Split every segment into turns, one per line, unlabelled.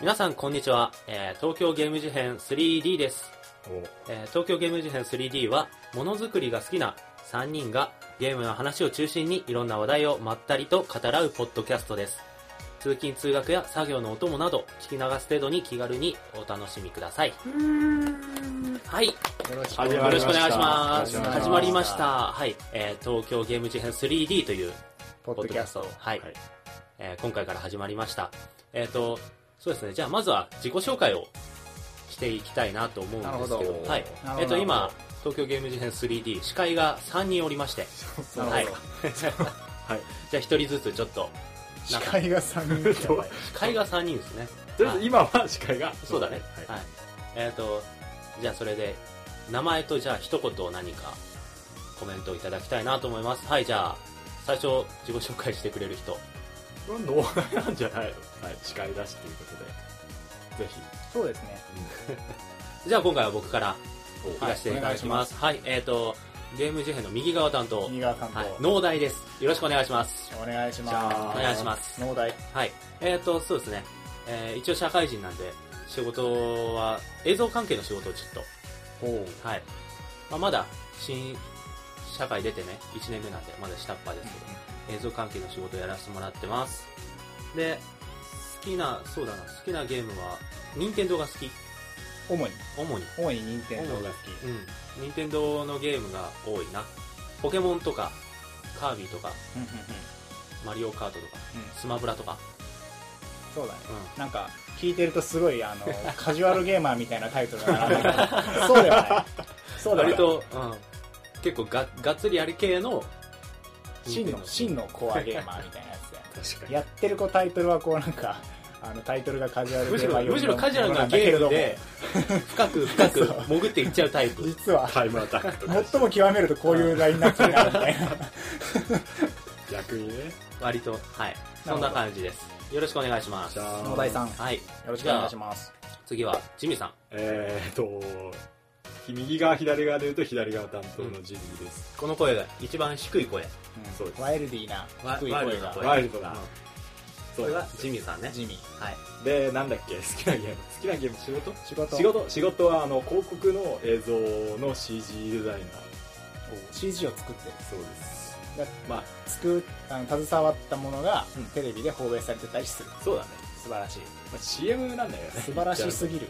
皆さんこんにちは、えー東京ゲーム事変 3D です、えー東京ゲーム事変 3D はものづくりが好きな3人がゲームの話を中心にいろんな話題をまったりと語らうポッドキャストです通勤通学や作業のお供など聞き流す程度に気軽にお楽しみくださいはい
よろし
始
よ
ま
ろ
り
しくお
ました
願いします
よろしくお願いします
始まりましたはい、えー東京ゲーム事変 3D という
ポッドキャスト。
はい、
はい
えー今回から始まりましたえっ、とそうですねじゃあまずは自己紹介をしていきたいなと思うんですけど
なるほど
はい
なるほど
えっ、と今東京ゲーム事変 3D 司会が3人おりまして
なるほど
はい
はい
じゃあ1人ずつちょっと
司会が3人。
と
司会が3人ですね
りあえず今は司会が
そうだね
は
はいい、えっ、とじゃあそれで名前とじゃあ一言何かコメントをいただきたいなと思いますはいじゃあ最初自己紹介してくれる人
うん脳内なんじゃないのはい司会だしということでぜ
そうですね。
じゃあ今回は僕から
ひお
いらしていただきます。はい、えっ、と、ゲーム事変の右側担当、はい
新、川さんと。
農大です。よろしくお願いします。
お願いし
じ
ま
ゃ
す。
あ
お願いします
農大。
はい、えっ、と、そうですね、えー一応社会人なんで、仕事は、映像関係の仕事をちょっ
ほ
と、はい。まあ、まだ、新、社会出てね、1年目なんで、まだ下っ端ですけど、映像関係の仕事をやらせてもらってます。で、好きな、そうだな、好きなゲームは、任天堂が好き。
主に、
主に。
主に任天堂が好
うん。任天堂のゲームが多いな。ポケモンとか、カービィとか、
き。うんうんうん
マリオカートとか、
うん
スマブラとか。
そうだね。
う。
なんか、聞いてるとすごい、あの、カジュアルゲーマーみたいなタイトルが並んでるけどそうではない。そうんでは
割
ない。
と、うん。結構が、がっつりやる系の、
真の、真
の。
のコアゲーマーみたいなやつだよね
確かに
やってる子タイトルはこうなんか、あのタイトルがカジュアル
む
ゲ
し
ーマー
ろ、
よ
む
り
し
の
ろカジュアルなゲームで、深く深 く潜っていっちゃうタイ
ものなんだけれど
プ。
も実は、
タイムアタックと か
最も極めるとこういうラインナップになるみたいな。
逆にね
割と、はい。そんな感じです。よろしくお願いします。
じゃあ
野田井さん、よ
はい。よ
ろしくお願いします。
す。次は、ジミーさん。
えーっと右側左側で言うと左側担当のジミーです、
この声が一番低い声。
うん
そうです
ワイルディーな低い
ワイ
声
ルドな
が
声
ワイルドな、
うん
そ
こ
う
れ
で
が
す
ジミーさんね。
地味。
はい。
でなんだっけ好きなゲーム好きなゲーム仕事
仕事
仕事仕事はあの広告の映像の CG デザイナー
CG を作ってる。
そうです
だ
まあ
作あの携わったものが
うん
テレビで放映されてたりする。
そうだね、
素晴らしい。
まあ、CM なんだよね
素晴らしすぎる。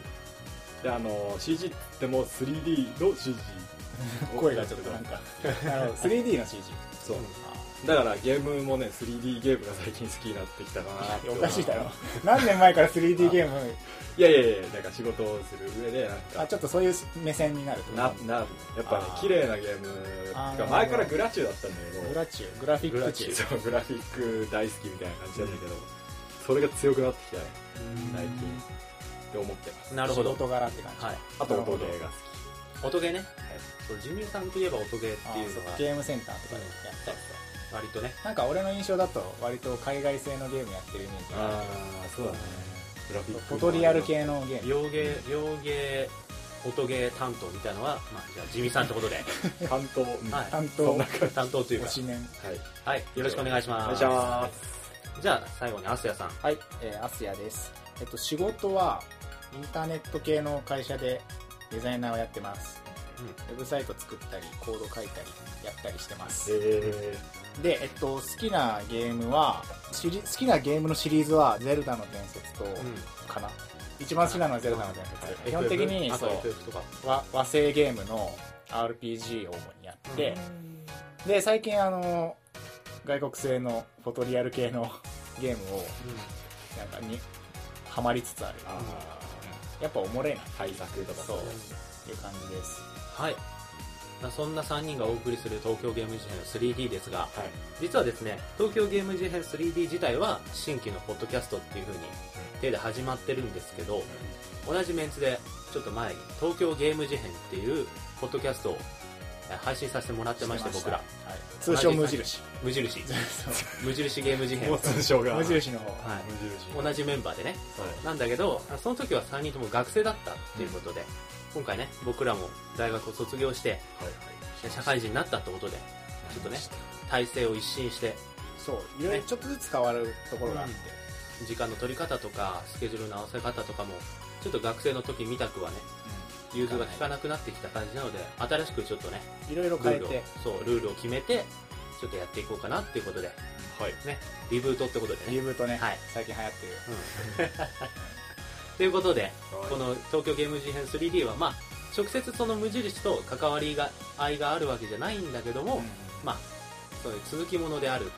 であの CG って言っても 3D の CG
声がちょっとなんか、なるほど 3D の CG。
そうだからゲームもね 3D ゲームが最近好きになってきたかなって
おかしいだろ。何年前から 3D ゲーム、
いやいやいやなんか仕事をする上でなんか
あ、ちょっとそういう目線になるってこと
ななるやっぱね
あー
綺麗なゲーム
あー
てか前からグラチューだったんだ
グ
けど
ラチュー、グラフィックチュー。
そうグラフィック大好きみたいな感じなんだけど、それが強くなってきたね最近って思ってます
なるほど
仕。事柄って感じ。
はい。
あと
なるほ
音
ど
ゲーが好
音ゲーね、そうジミーさんといえば音ゲーっていうの
あ
が
そうゲームセンターとかでやったりとか。
割とね
なんか俺の印象だと割と海外製のゲームやってるイメージ
き
がある
あそうだねグラフィック
フォトリアル系のゲーム
洋芸洋芸音ゲー担当みたいなのは、まあ、じゃあジミーさんってことで、
関東
は
担
そ
当
んな感
い、担当という
推
か
しメン
はい
はいよろしくお願いし
お願
ま
い
す
します
じゃあ最後にアスヤさん
はい、えー、アスヤですえっと仕事はインターネット系の会社でデザイナーをやってます、ウェブサイト作ったりコード書いたりやったりしてます
え
で、えっと、好きなゲームはシリ好きなゲームのシリーズは「ゼルダの伝説」と、かな一番好きなのは「ゼルダの伝説」基本的に
あ
そう
と FF とか
和和製ゲームの RPG を主にやって、で最近あの外国製のフォトリアル系の ゲームをなんかにハマりつつある
あ
やっぱおもれえな
ー対策とか
そう
う
っていう感じです
はいまあそんな3人がお送りする東京ゲーム事変 3D ですが
はい
実はですね東京ゲーム事変 3D 自体は新規のポッドキャストっていう風に手で始まってるんですけど、同じメンツでちょっと前に東京ゲーム事変っていうポッドキャストをえー配信させてもらってまして僕ら
はい通称無印
無印 無印ゲーム事変
もう通称が
無印の方
はい
無印
同じメンバーでねなんだけどあその時は3人とも学生だったっていうことで、今回ね僕らも大学を卒業してで社会人になったってことでちょっとね体制を一新して
そういろいろちょっとずつ変わるところがあって、
時間の取り方とかスケジュールの合わせ方とかもちょっと学生の時みたくはね融通が利かなくなってきた感じなので新しくちょっとね
いろいろ
ル
変え
ールを
て
そうルールを決めてちょっとやっていこうかなっていうことで
はい
ねリブートってことで
リ
ね
ブートね、
はい
最近流行ってる
ということで
はい
この東京ゲーム事変 3D はまあ直接その無印と関わりが愛があるわけじゃないんだけども、
うん
まあそういう続きものである、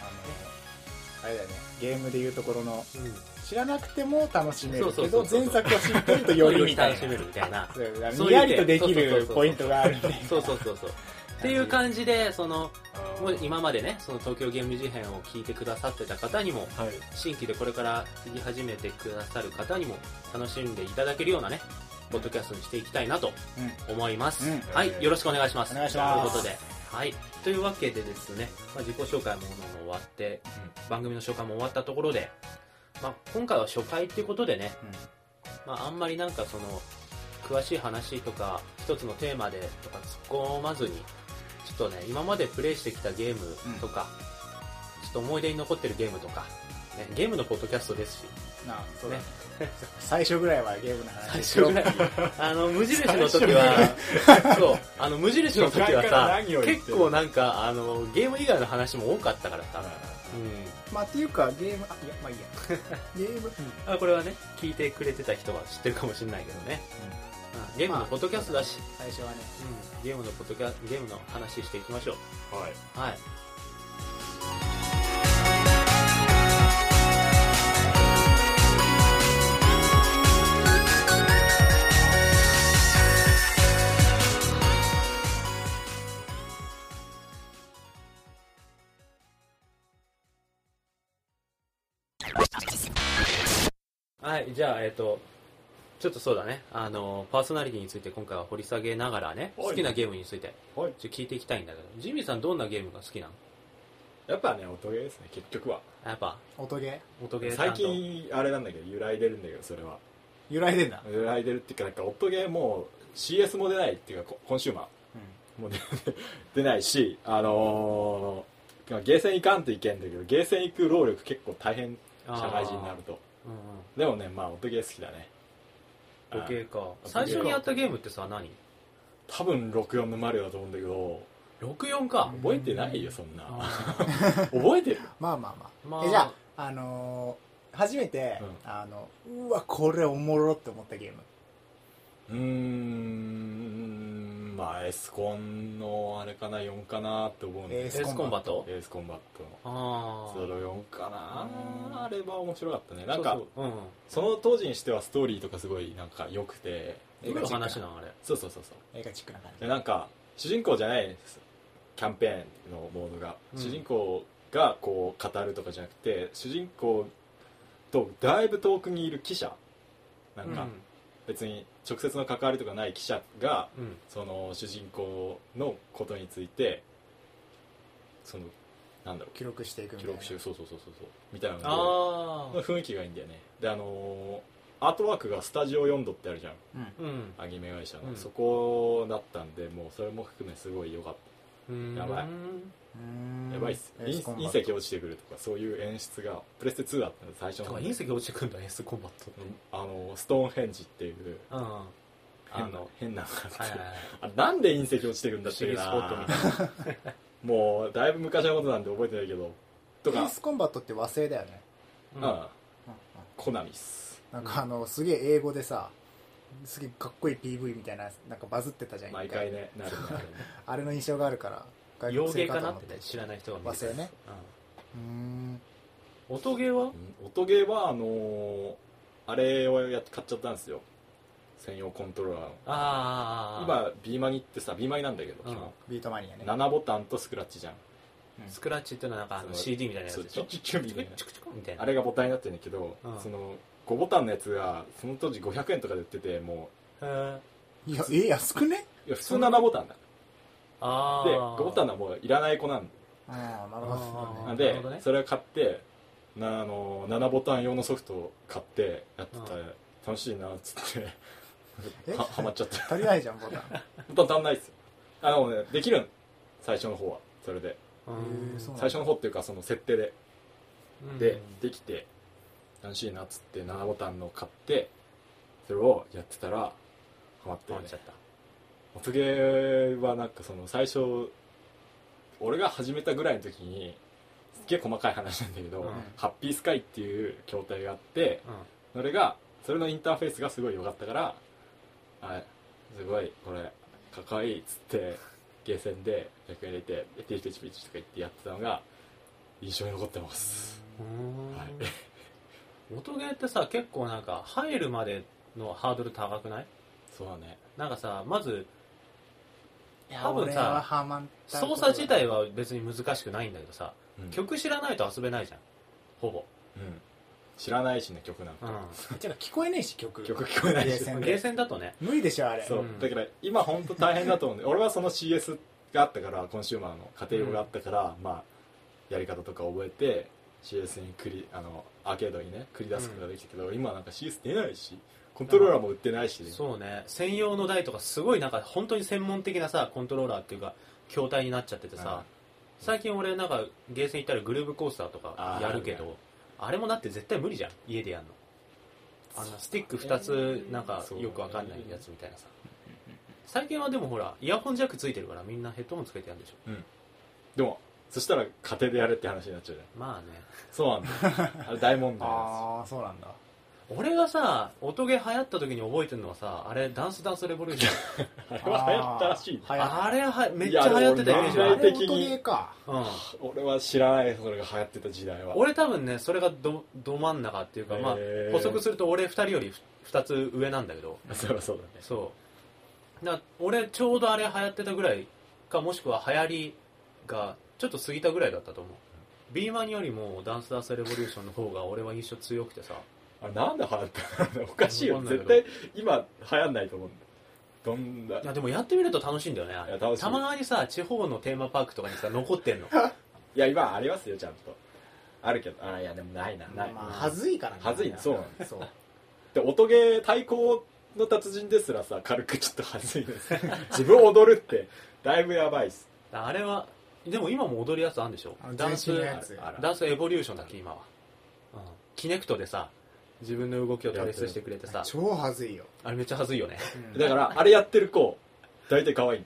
あのあれだよねゲームでいうところの
う
知らなくても楽しめる
そう
け
そ
ど
うそうそう
前作を知ってるとよりみたい
楽
な
しめるみたいな
そうだから
そういう
にやりと
点
で
そう
き
そうそう
る
そう
ポイントがあるみたいな
そうそうそうそうっていう感じでその
あー
もう今までねその東京ゲーム事変を聞いてくださってた方にも
はい
新規でこれから聞き始めてくださる方にも楽しんでいただけるようなねポッドキャストにしていきたいなと
うん
思います、
うん
はいよろしくお願いします
お願いします
ということではいというわけでですね、まあ、自己紹介ものも終わって、番組の紹介も終わったところで、まあ、今回は初回っていうことでね、まあ、あんまりなんかその詳しい話とか一つのテーマでとか突っ込まずにちょっとね今までプレイしてきたゲームとか、ちょっと思い出に残ってるゲームとか、ね、ゲームのポッドキャストですし
なあ そうだね最初ぐらいはゲームの
最
話
初
しよう
ぐらいあの無印の時はそうあの無印の時は
初回から
さ
何を言ってる
結構なんかあのゲーム以外の話も多かったからさ、
まあっていうかゲームあいやまあいいやゲーム、
うんあこれはね聞いてくれてた人は知ってるかもしれないけどね、うんゲームのポッドキャストだし、
最初はね
ゲームのポッドキャゲームの話していきましょ
はいう
はいはい、じゃあ、えっ、と、ちょっとそうだね、あの、パーソナリティについて今回は掘り下げながらね、
はい
好きなゲームについて、
はい
ちょっと聞いていきたいんだけど、ジミーさんどんなゲームが好きなの
やっぱね音ゲーですね結局は
やっぱ、
音ゲ
音ゲー担
最
当、
近あれなんだけど揺らいでるんだけどそれは
ー揺らいでんだ、
揺らいでるっていうかなんか音ゲーもう CS も出ないっていうかココンシューマーもう出出ないしあのーゲーセン行かんといけんだけどゲーセン行く労力結構大変社
あー
会人になる。と
うん
でもねまあ音ゲー好きだね
うん、音ゲーか。
ー
最初にやったゲームってさ、何
多分64のマリオだと思うんだけど
?64 か。
覚えてないよそんな
あ
覚えてる
まあまあまあ、
まあ
えじゃああのー初めて、
う
あのうわこれおもろって思ったゲーム
うーんまあエスコンのあれかな4かなって思うんだ
ー
け
エ
ど
エスコンバット
エースコンバット
ああ。
の04か
うん
なあれは面白かったねなんか
そうそう、うん。
その当時にしてはストーリーとかすごいなんか良くて
え
どういう話なのあれ。
そうそうそうそう
映画チックな感じ
でなんか主人公じゃないですキャンペーンのモードが、
うん
主人公がこう語るとかじゃなくて主人公とだいぶ遠くにいる記者なんか別に直接の関わりとかない記者が
うん。うん。
その主人公のことについてそのなんだろ
記録していく
う
み
記
たいな
録集そうそうそうそうそうみたいなの
あ
で雰囲気がいいんだよねであのーアートワークがスタジオ4度ってあるじゃん
うん
あ。うん。
アニメ会社の、
うん
そこだったんでもうそれも含めすごい良かった
うん
やばい。
うーん
やばいっす
エ
い
ースコンバット
隕石落ちてくるとかそういう演出がプレステ2だったんで最初
だ
の
から
方
隕石落ちてくんだ、エスコンバットって。
うんあのストーンヘンジっていう
うん。は
あ
変な
の変なの
いは
があ
い
っ
はい。
て あなんで隕石落ちてくるんだっけな
不思議ス
もうだいぶ昔のことなんで覚えてないけどと
エ
か
ースコンバットって和製だよね、
う
うんん、コナミっす
なんかあのすげえ英語でさすげえかっこいい PV みたいななんかバズってたじゃん
毎
一回
回ねなるほど
あれの印象があるから
洋芸か
と
な
思
ってね知らない人が見
和製ねうーん
うん、音芸は
うん音ゲーはあのーあれをやっ買っちゃったんですよ専用コントローラーの
ああ
今 B マギってさ B マギなんだけど、
うん
基本
ビートマニアね
7ボタンとスクラッチじゃん
スクラッチっていうのはなんかあの
そう
CD みたいなやつ
そう
でしょ
チュッチュッチュッみ
チ
た
ク
いな
チクチクみたいな
あれがボタンになってるんだけど、
うん
その5ボタンのやつがその当時500円とかで売ってても
へー
いやえー安くね
ういや普通7ボタンだ
あ
で5ボタン
の
はもういらない子なん
ああなるほ
あー
ど
な
な
ん
ね
で
るほどね
それを買ってなあの7ボタン用のソフトを買ってやってた、
う
楽しいなっつって
え
ははまっちゃった
足りないじゃんボタン
ボタン足んないっすよあのねできるん最初の方はそれで
へーそうなんだ
最初の方っていうかその設定で、
うん
でできて楽しいなっつって7ボタンの買ってそれをやってたらハマって
終
る
わっ
ね
ちゃった。
音ゲーはなんかその最初俺が始めたぐらいの時にすっげえ細かい話なんだけど、
うん
ハッピースカイっていう筐体があってそれがそれのインターフェースがすごい良かったからあすごいこれかっこいいっつってゲーセンで100円入れてピチピチピチとか言ってやってたのが印象に残ってます、
うん。う
はい
ーん音ゲーってさ、結構なんか、入るまでのハードル高くない
そうだね
なんかさ、まず、
多
多分さ
分さハマったこと
操作自体は別に難しくないんだけどさ、
うん
曲知らないと遊べないじゃん。ほぼ。
うん知らないしね曲なん
う
か、
ん。
てか聞こえねえし曲
曲聞こえない
ゲー
し
セン
ゲーセンだとね。
無理でしょあれ
そう、
うん
だから今本当大変だ と思うんで俺はその CS があったからコンシューマーの家庭用があったから、まあやり方とか覚えて CS に繰りあのアーケードにね繰り出すことができたけど、今なんか CS 出ないしコントローラーも売ってないし、
そうね。専用の台とか、すごいなんか、本当に専門的なさ、コントローラーっていうか、筐体になっちゃっててさ、最近俺なんか、ゲーセン行ったらグルーブコースターとか
あー
やるけ
ある
ど、あれもだって絶対無理じゃん。家でやるの。あの、スティック2つ、なんか、よくわかんないやつみたいなさ。最近はでもほら、イヤホンジャックついてるから、みんなヘッドホンつけてやるんでしょ。
でもそしたら家庭でやれって話になっちゃうじゃん
まあね。
そうなん だよあれ大問題なん
ああそうなんだ
俺がさ、音ゲー流行った時に覚えてるのはさ、あれ、ダンスダンスレボリューション。
です よあれは流行ったらしいね
あー流行った
あれは、めっちゃ流行ってたイメージ
い
あ
や
あ
る。
れ
俺
音ゲーか
うん。
俺は知らないそれが流行ってた時代は
俺多分ね、それがど、ど真ん中っていうか、まあ、
へー
補足すると俺二人より二つ上なんだけど、
そうそうだね
そう。な俺、ちょうどあれ流行ってたぐらいか、もしくは流行りが、ちょっと過ぎたぐらいだったと思う。ビーマンよりもダンスダンスレボリューションの方が俺は印象強くてさ、
あれなんで流行ったの おかしいよ
わかんない
絶
けど
対今流行んないと思うんだよどんだ
いやでもやってみると楽しいんだよねあ
いや
れ
楽しい
たまにさ地方のテーマパークとかにさ残ってん の
いや今ありますよちゃんとあるけどあいやでもないなない、
まあはずいからね
はずいねそうなん
そう
で音ゲー対抗の達人ですらさ軽くちょっとはずいです 自分踊るってだいぶやばいっす
あれはでも今も踊るやつあるんでしょ
あの
ダンス
全身のやつ
あら
ダンスエボリューションだっけ今は、うん、キネクトでさ自分の動きをトレースしてくれてさ
超はずいよ
あれめっちゃはずいよ ね
だからあれやってる子大体可愛い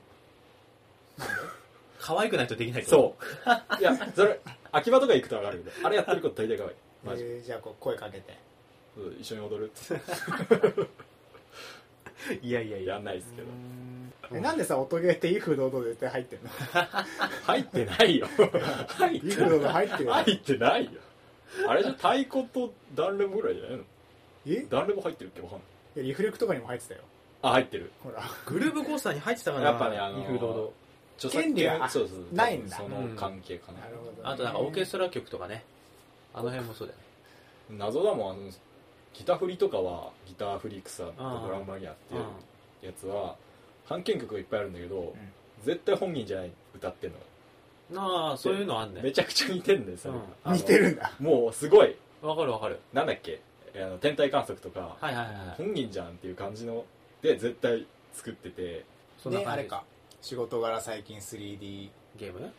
可愛くないとできないと思
そういやそれ秋葉とか行くと分かるけどあれやってる子大体可愛いマジ、
えーじゃあこう声かけて
そう一緒に踊るっ
う いやいや
て
いや
やんないですけど
えなんでさ音ゲーって「イフ堂々」絶対入ってんの
入っ てないよ入っ
イ
て
フ
な
堂
い
々入ってる
入ってないよあれじゃ太鼓とダンレムぐらいじゃないの
えい
ダンレム入ってるって分かんない
やリフレクトとかにも入ってたよ
あ入ってる
ほら
グルーブコースターに入ってたから
やっぱねあのー
威風堂々
著
権利は
そうそう
ないんだ
その関係かな、
なるほどね
あとなんかオーケストラ曲とかねあの辺もそうだよね
謎だもんあのギターフリとかはギターフリークさと
ああ
ドラムマニアって
う
い
ん
うやつは版権曲がいっぱいあるんだけど、
ん
絶対本人じゃない歌ってんの
なあそういうのあんね
めちゃくちゃ似てんだよそれ、
うん
あの
似てるんだ
もうすごい
わかるわかる
なんだっけあの天体観測とか、
はいはいはいはい
本人じゃんっていう感じので絶対作ってて
そんな
で
感
あ
じ
れか仕事柄最近 3D
ゲーム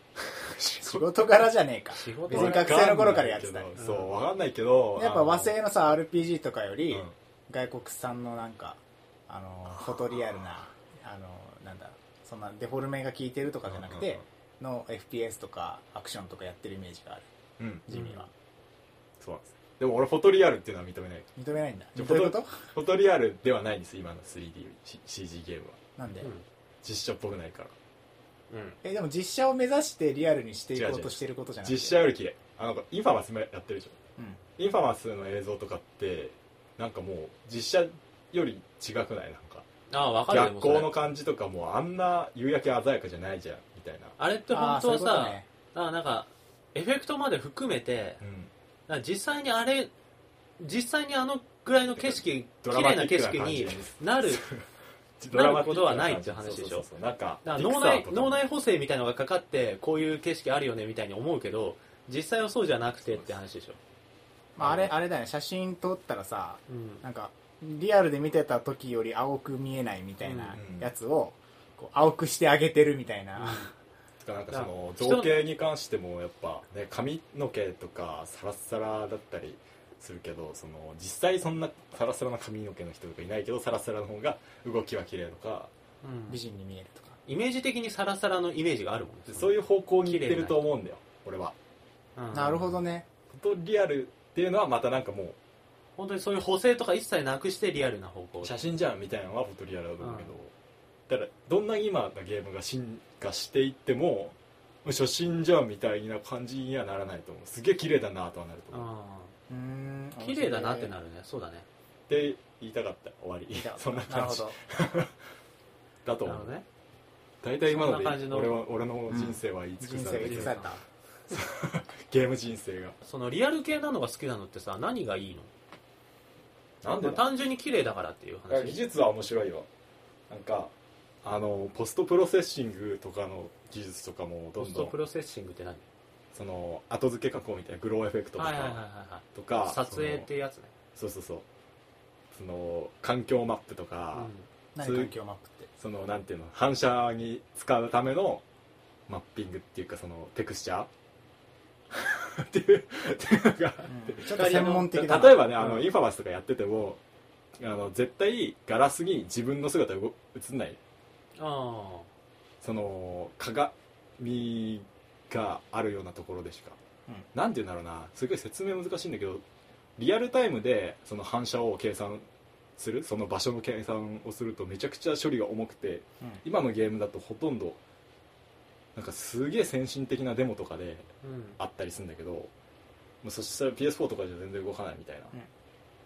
仕事柄じゃねえか
仕事柄
別に学生の頃からやってた
わかん
う
ないけ
よ
ん
どそうわかんないけど
やっ
あ
ぱ
の
和製のさ RPG とかより
うん
外国産のなんかあのフォトリアルなあのなんだそんなデフォルメが効いてるとかじゃなくての FPS とかアクションとかやってるイメージがある
うん、うん
地味は
そうなんですでも俺フォトリアルっていうのは認めない
認めないんだ
じゃあ
どういうこと
フォトリアルではないんです今の 3DCG ゲームは
なんで
う
実写っぽくないから
んうん
えでも実写を目指してリアルにしていこうとしてることじゃなくて
実写より綺麗あのインファマスもやってるでし
うん
ょインファマスの映像とかってなんかもう実写より違くないなんか
ああわかるで
逆
もそれ
光の感じとかもうあんな夕焼け鮮やかじゃないじゃんみたいな
あれって
あ
本当
ーそうい
は
うこと
さ
ね
あなんかエフェクトまで含めて
うん
なんか実際にあれ実際にあのぐらいの景色綺
ドラマ
麗
ティ
な
ック
景
な感
色
じ
にな る
ドラマ
なることはないっていう話でしょ
そうそうそうなんか
だから
ピク
脳
サー
内
とかも
脳内補正みたいなのがかかってこういう景色あるよねみたいに思うけど実際はそうじゃなくてって話でしょ、
まああれあれだよね写真撮ったらさ
うん、
なんかリアルで見てた時より青く見えないみたいなやつをこう青くしてあげてるみたい
なん
な、
かそ
だ
の
から
造形に関してもやっぱ、ね、髪の毛とかサラッサラだったりするけどその実際そんなサラサラな髪の毛の人とかいないけどサラサラの方が動きは綺麗とか
うん
美人に見えるとか
イメージ的にサラサラのイメージがあるもんね
でそういう方向に行ってると思うんだよ俺は
うん
なるほどね
フォトリアルっていうのはまたなんかもう
本当にそういう補正とか一切なくしてリアルな方向
写真じゃんみたいなのはフォトリアルだと思うけど、だからどんなに今のゲームが進化していっても初心じゃんみたいな感じにはならないと思うすげえ綺麗だなとはなると
う
思う、っ
ん
うーん
綺麗だなってな
る
るねそうだね
て言いたかった終わり そんな
なる
感
ほ
じ
ど
だと
なる
思
ほ
う、
どね
大体今ので
そんな感じの
俺は俺の人生は言い尽く
人
されたけ
生が崩
ど、
された
ゲーム人生が
そのリアル系なのが好きなのってさ何がいいの
なん
ま
で
あ
だ
単純に綺麗だからっていう
いや
話
技術は面白いよなんかあのポストプロセッシングとかの技術とかもど
ポ
ん
ス
ど
ト
ん
プロセッシングって何
その後付け加工みたいなグローエフェクトとか、
はいはいはいはいはい
とか
撮影っていうやつね、
そのそうそうそうその環境マップと
う
か、
ん
何環境マップって
そのなんていうの反射に使うためのマッピングっていうかそのテクスチャー っていうっていうのが
うんちょっと専門的だな
例えばねあの、
うん
インファマスとかやっててもあの絶対ガラスに自分の姿動映んない
あ
その鏡があるようなところでしか、
うん
なんて言うんだろうなすごい説明難しいんだけどリアルタイムでその反射を計算するその場所の計算をするとめちゃくちゃ処理が重くて
うん
今のゲームだとほとんどなんかすげえ先進的なデモとかで
あうん
あったりするんだけどもうそしたら PS4 とかじゃ全然動かないみたいな、
うん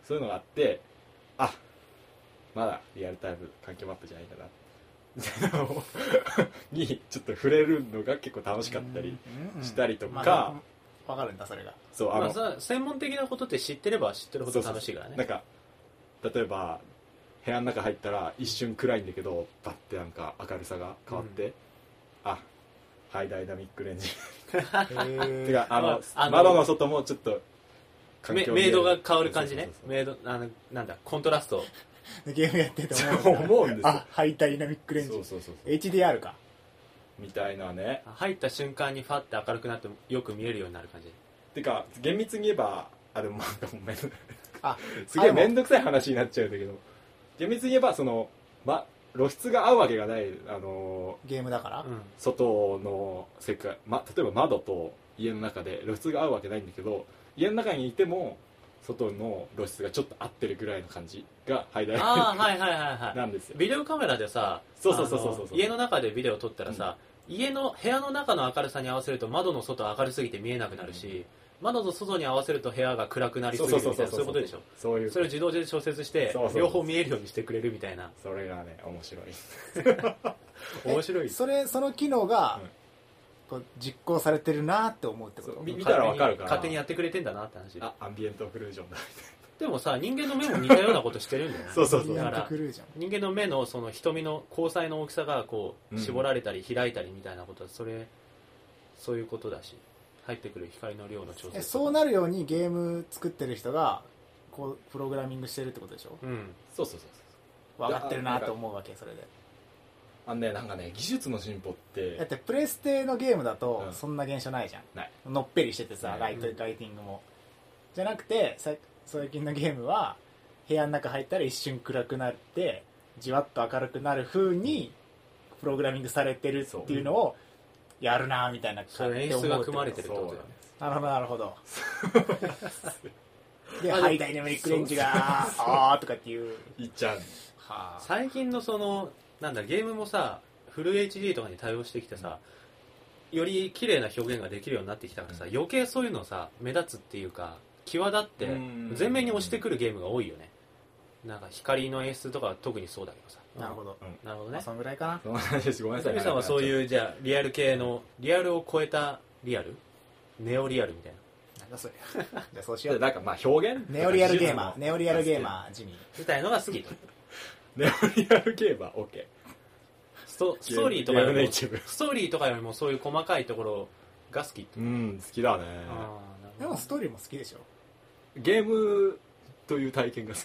そういうのがあってあまだリアルタイム環境マップじゃないんだなみたいなのをにちょっと触れるのが結構楽しかったり、したりとか
まあわかるんだそれが
そう
ま
あの、
あ、さ専門的なことって知ってれば知ってるほど楽しいからね
なんか例えば部屋の中入ったら一瞬暗いんだけどバッてなんか明るさが変わって、あハイダイナミックレンジ て
て
か
ま
あの
ああの
窓の外もちょっと環
め
境
メイドが変わる
そう
感じね
そうそうそう
メイドあのなんだコントラスト
ゲームやってて
そ
思
う
う
思うんですよ
あハイダイナミックレン
そう
ジ
そうそうそう
HDR か
みたいなね
入った瞬間にファって明るくなってよく見えるようになる感じ
てか厳密に言えばあでもなんかもうめん
あ
すげえ
あでも
面倒くさい話になっちゃうんだけど厳密に言えばその、ま、露出が合うわけがないあの
ゲームだから
うん
外の世界、ま、例えば窓と家の中で露出が合うわけないんだけど家の中にいても外の露出がちょっと合ってるぐらいの感じがハイライ
ああ
ト
はいはいはいは
なんですよ
いビデオカメラでさ
そうそうそうそうそう
あの家の中でビデオ撮ったらさ、家の部屋の中の明るさに合わせると窓の外明るすぎて見えなくなるし、窓の外に合わせると部屋が暗くなりすぎるみたいなそういうことでしょ
そういう
それを自動で調節して
そうそうそう
両方見えるようにしてくれるみたいな
それがね面白い
面白い
それその機能が
うん
こう実行されてるなって思うってこ
そ
と
う見たらわかるから
勝手にやってくれてんだなって話
あアンビエントオクルージョンだ
でもさ人間の目も似たようなことしてるんだよね
そうそうそう
だ
や
か
って
ら
くるじゃん
人間の目のその瞳の交際の大きさがこ
う
うん絞られたり開いたりみたいなことはそれそういうことだし入ってくる光の量の調整
えそうなるようにゲーム作ってる人がこうプログラミングしてるってことでしょ
うん
そうそうそうそう
分かってるなと思うわけそれで
あのねなんかね技術の進歩って
だってプレステのゲームだと
うん
そんな現象ないじゃん、
ない
のっぺりしててさ
うん
ライトライティングもじゃなくてさ最近のゲームは部屋の中入ったら一瞬暗くなってじわっと明るくなる風にプログラミングされてるっていうのをやるなみたいな
そう
感
演
じ
出が組まれてるってことだよね
なるほどなるほ どで「
あでも
ハイダイナミックレンジが「あー」とかっていう
いっちゃう
はあ
最近のそのなんだゲームもさフル HD とかに対応してきてさより綺麗な表現ができるようになってきたからさ
う
余計そういうのさ目立つっていうか際立って
うん
全面に押してくるゲームが多いよねなんか光の演出とかは特にそうだけどさ
なるほど、
なるほど
まあ
ね
そのぐらいかな
その話ですごめんなさい
ゆみさんはそう
う
いうじゃあリアル系のリアルを超えたリアルネオリアルみたいな
なんだ それじゃあそうしよう
なんかまあ表現
ネオリアルゲーマーネオリアルゲーマージミー
みたいのが好きと
ーネオリアルゲーマー OK
ストストーリーとかよ
ゲームネ
り
イ
も
ティブ
ストーリーとかよりもそういう細かいところが好きって
うん好きだ
あ
ね
ー
で
なるほ
も
ど
ストーリーも好きでしょ
ゲームという体験が好き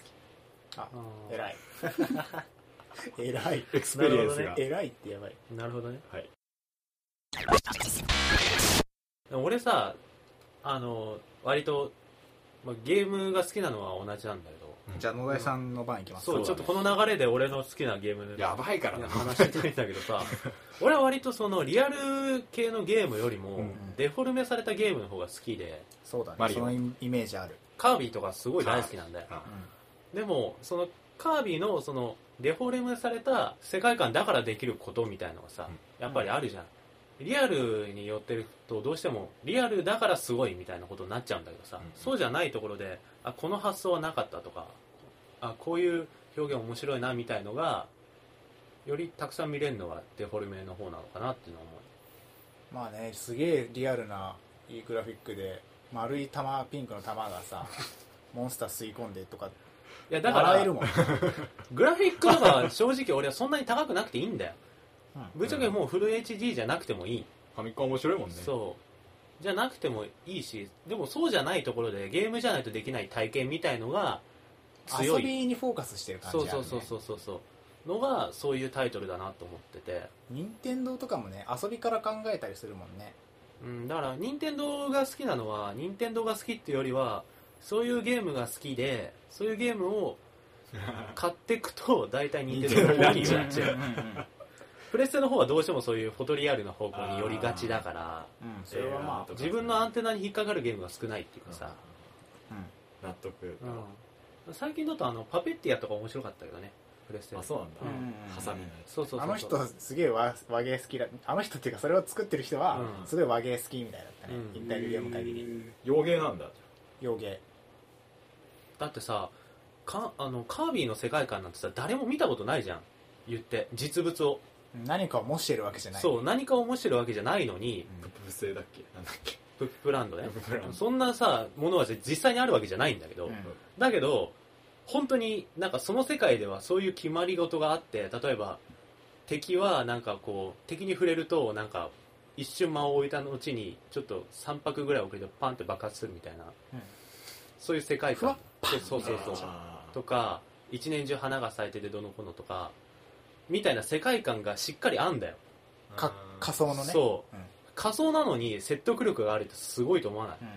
あ
あー
偉い 偉い
エクスペリエンス
なる
が、
偉いってやばい
なるほどね
はい
でも俺さあの割とまあ、ゲームが好きなのは同じなんだけど、
じゃあ野田井さんの番いきます
そう
そうだね
ちょっとこの流れで俺の好きなゲーム
やばいから
い
な
や話したいんだけど さ俺は割とそのリアル系のゲームよりも
うん
デフォルメされたゲームの方が好きで
そうだ
マ
ね
リオ
そのイメージある
カービィとかすごい大好きなんだよ
あ
でもそのカービィのそのデフォルメされた世界観だからできることみたいのがさ、やっぱりあるじゃんリアルに寄ってるとどうしてもリアルだからすごいみたいなことになっちゃうんだけどさ、
うん
そうじゃないところであこの発想はなかったとかあこういう表現面白いなみたいのがよりたくさん見れるのはデフォルメの方なのかなっていうのは思う
まあねすげえリアルないいグラフィックで丸い玉ピンクの玉がさモンスター吸い込んでとか
いやだか
笑え
ら
るもん、
グラフィックとかは正直俺はそんなに高くなくていいんだよ
うん
ぶっちゃけもうフル HD じゃなくてもいい
ファミコン面白いもんね
そうじゃなくてもいいしでもそうじゃないところでゲームじゃないとできない体験みたいのが強
遊
い
びにフォーカスしてる感じあ
そ
る、
う
ね、
そうそうそうそうそうのがそういうタイトルだなと思ってて、
任天堂とかもね遊びから考えたりするもんね
うん、だから任天堂が好きなのは任天堂が好きっていうよりはそういうゲームが好きでそういうゲーム を買っていくと大体任天堂の方に寄っちゃう
うんうんうん
プレステの方はどうしてもそういうフォトリアルの方向に寄りがちだから
うんそれはま
えー
自分のアンテナに引っかかるゲームが少ないっていうかさ、
あ、うん
納得、
うん、最近だとあのパペッティアとか面白かったけどねプレステ
あそうなんだ、
うん
ハサミのやつ
そうそうそうそう
あの人すげえ和和芸好きだあの人っていうかそれを作ってる人は
うん
すごい和芸好きみたいだったね、
うん
インタビュー読む限り
洋芸なんだ
洋芸
だってさかあのカービィの世界観なんてさ誰も見たことないじゃん言って実物を
何かを模してるわけじゃない
そう何かを模してるわけじゃないのに
ブブ製だっけなんだっけ
プップランドね
ブブランド
そんなさものは実際にあるわけじゃないんだけど、
うん
だけど本当になんかその世界ではそういう決まり事があって例えば敵はなんかこう敵に触れるとなんか一瞬間を置いた後にちょっと3拍ぐらい遅れてパンって爆発するみたいな
うん
そういう世界観そうそうそうそう
あー
とか一年中花が咲いててどの子のとかみたいな世界観がしっかりあんだよ、
か仮想のね
そう
うん、
仮想なのに説得力があるってすごいと思わない
うんうんうん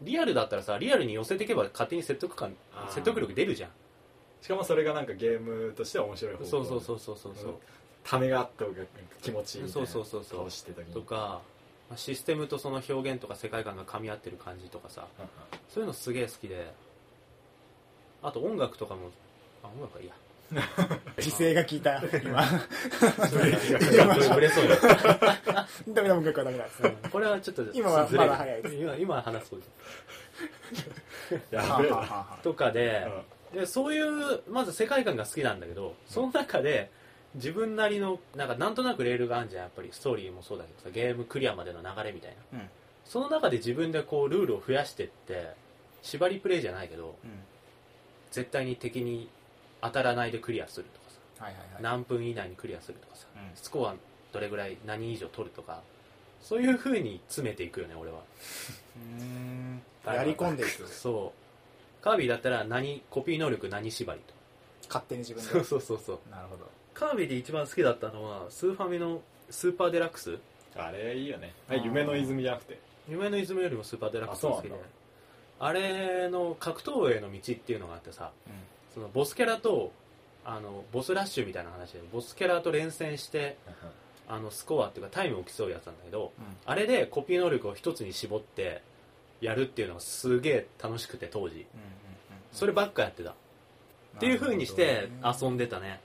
リアルだったらさリアルに寄せていけば勝手に説得感
あー
説得力出るじゃん
しかもそれがなんかゲームとしては面白い方向
そうそうそうそうそうそう
ためがあった方が気持ちいいみたいな
そうそうそうそう
顔してた時に
とかまあシステムとその表現とか世界観が噛み合ってる感じとかさ
うんうん
そういうのすげえ好きであと音楽とかもあ音楽はいいや
時勢が効いた今
ブレそうよ
ダメだもう一回ダメだ
うんこれはちょっと
今は
ずれる
まだ早いです
今今は話そうじ
や
は
べ
あ
え
はあ
な
はあ
ゃんとかで
うん
でそういうまず世界観が好きなんだけどその中で自分なりのなんかなんとなくレールがあるじゃんやっぱりストーリーもそうだけどさゲームクリアまでの流れみたいな
うん
その中で自分でこうルールを増やしてって縛りプレイじゃないけど
うん
絶対に敵に当たらないでクリアするとかさ
はいはいはい
何分以内にクリアするとかさ
うん
スコアどれぐらい何以上取るとかそういう風に詰めていくよね俺は
うーんやり込んでいく
そうカービィだったら何コピー能力何縛りと
勝手に自分で
そうそうそうそう
なるほど
カービィで一番好きだったのはスーファミのスーパーデラックス
あれいいよね
あー
夢の泉じゃなくて
夢の泉よりもスーパーデラックスが好きで
あそうなんだ
あれの格闘への道っていうのがあってさ
う
そのボスキャラとあのボスラッシュみたいな話でボスキャラと連戦してあのスコアっていうかタイムを競うやつなんだけど
んうん
あれでコピー能力を一つに絞ってやるっていうのがすげえ楽しくて当時
うんうんうん
そればっかやってたっていう風にして
なる
遊
ほどね
んでたね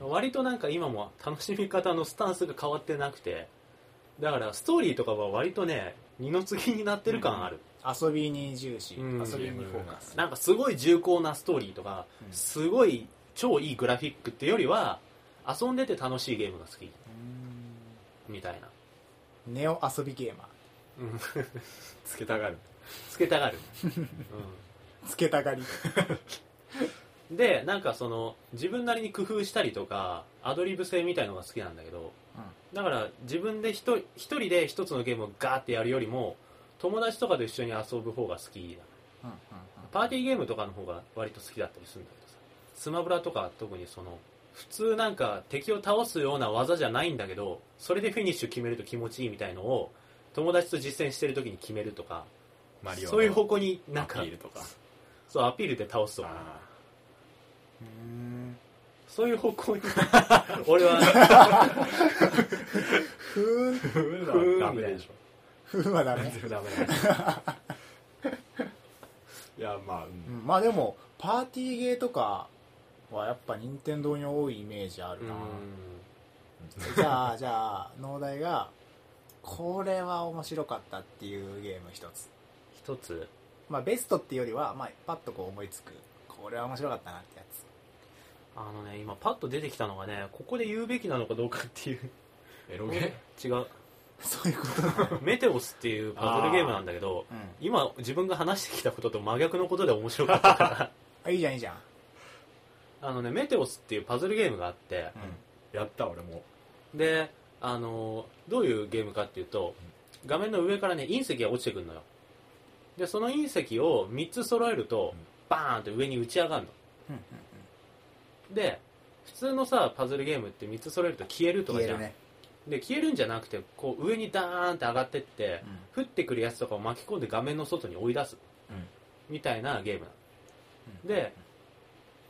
割となんか今も楽しみ方のスタンスが変わってなくてだからストーリーとかは割とね二の次になってる感ある、
遊びに重視、
うん
遊びにフォーカス
なんかすごい重厚なストーリーとか、
うん
すごい超いいグラフィックってよりは遊んでて楽しいゲームが好きみたいな、
ネオ遊びゲーマ
う ん、
つけたがる
つけたがる、
ーつけたがり
うん、でなんかその自分なりに工夫したりとかアドリブ性みたいのが好きなんだけどだから自分で一人一人で一つのゲームをガーってやるよりも友達とかと一緒に遊ぶ方が好きだパーティーゲームとかの方が割と好きだったりするんだけどさスマブラとかは特にその普通なんか敵を倒すような技じゃないんだけどそれでフィニッシュ決めると気持ちいいみたいのを友達と実践してる時に決めるとか
マリオの
そういう方向になんか
アピールとか
そうアピールで倒すとか
あ
うん
そういう方向に 俺は
ふーん
ーふーんはダメでしょ
ふーんはダメ
全然ダメだいやまあ、うん
うんまあでもパーティーゲーとかはやっぱ任天堂に多いイメージある
う
な、
ん
じゃあじゃあ農大がこれは面白かったっていうゲーム一つ
一つ
まあベストっていうよりは、まあ、パッとこう思いつくこれは面白かったなってやつ
あのね今パッと出てきたのがねここで言うべきなのかどうかっていう
エロゲ
違う
そういうことだ、
メテオスっていうバトルゲームなんだけど
うん
今自分が話してきたことと真逆のことで面白か ったから
あ、いいじゃんいいじゃん、
あのねメテオスっていうパズルゲームがあって
やった俺も
であのどういうゲームかっていうと画面の上からね隕石が落ちてくるのよでその隕石を3つ揃えると
うん
バーンって上に打ち上がる
うんうん
ので普通のさパズルゲームって3つ揃えると消えるとか
消え
じゃ
る
ん、
ね、
で消えるんじゃなくてこう上にダーンって上がってって降ってくるやつとかを巻き込んで画面の外に追い出す
うん
みたいなゲームなの
うん
で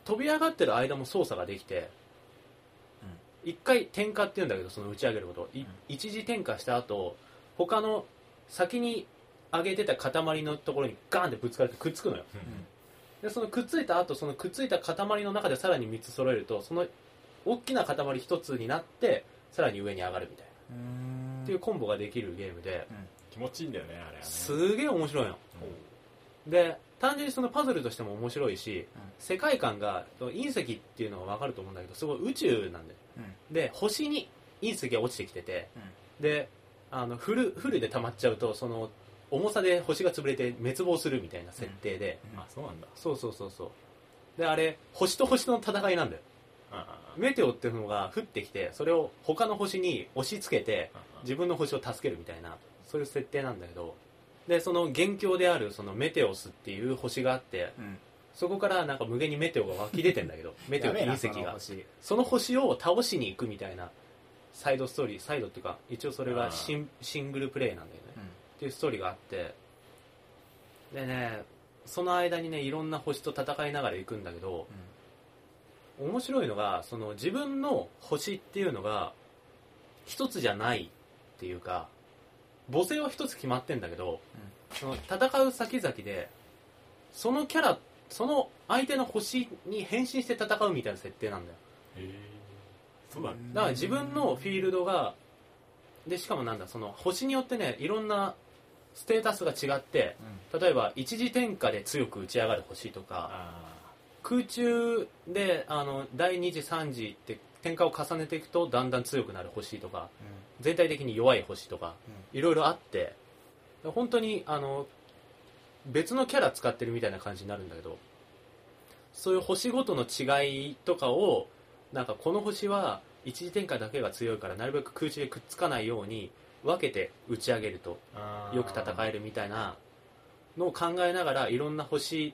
飛び上がってる間も操作ができて一回点火っていうんだけどその打ち上げることい
うん
一時点火した後他の先に上げてた塊のところにガーンってぶつかってくっつくのよでそのくっついた後そのくっついた塊の中でさらに3つ揃えるとその大きな塊1つになってさらに上に上がるみたいな
うんうん
っていうコンボができるゲームで
気持ちいいんだよねあれ
すげえ面白いの
うん
で単純にそのパズルとしても面白いし、
うん
世界観が隕石っていうのが分かると思うんだけどすごい宇宙なんだよ
うん
で星に隕石が落ちてきてて、であのフルフルで溜まっちゃうとその重さで星が潰れて滅亡するみたいな設定で、
うん
あそうなんだ
そうそうそうそうであれ星と星の戦いなんだよ
あ
メテオっていうのが降ってきてそれを他の星に押し付けて、
ああ
自分の星を助けるみたいなそういう設定なんだけどでその元凶であるそのメテオスっていう星があって
うん
そこからなんか無限にメテオが湧き出てんだけ どメテオって隕石
やべえな
がその星を倒しに行くみたいなサイドストーリーサイドっていうか一応それがシンシングルプレイなんだよね、っていうストーリーがあってでねその間にねいろんな星と戦いながら行くんだけど面白いのがその自分の星っていうのが一つじゃないっていうか母性は一つ決まってんだけど、その戦う先々でそのキャラその相手の星に変身して戦うみたいな設定なんだよ
へえそうだ
うん
だから自分のフィールドがでしかもなんだその星によってねいろんなステータスが違って例えば一時転下で強く打ち上がる星とか
あ
空中であの第2次3次って点火を重ねていくとだんだん強くなる星とか全体的に弱い星とかいろいろあって本当にあの別のキャラ使ってるみたいな感じになるんだけどそういう星ごとの違いとかをなんかこの星は一次点火だけが強いからなるべく空中でくっつかないように分けて打ち上げると
あ
よく戦えるみたいなのを考えながらいろんな星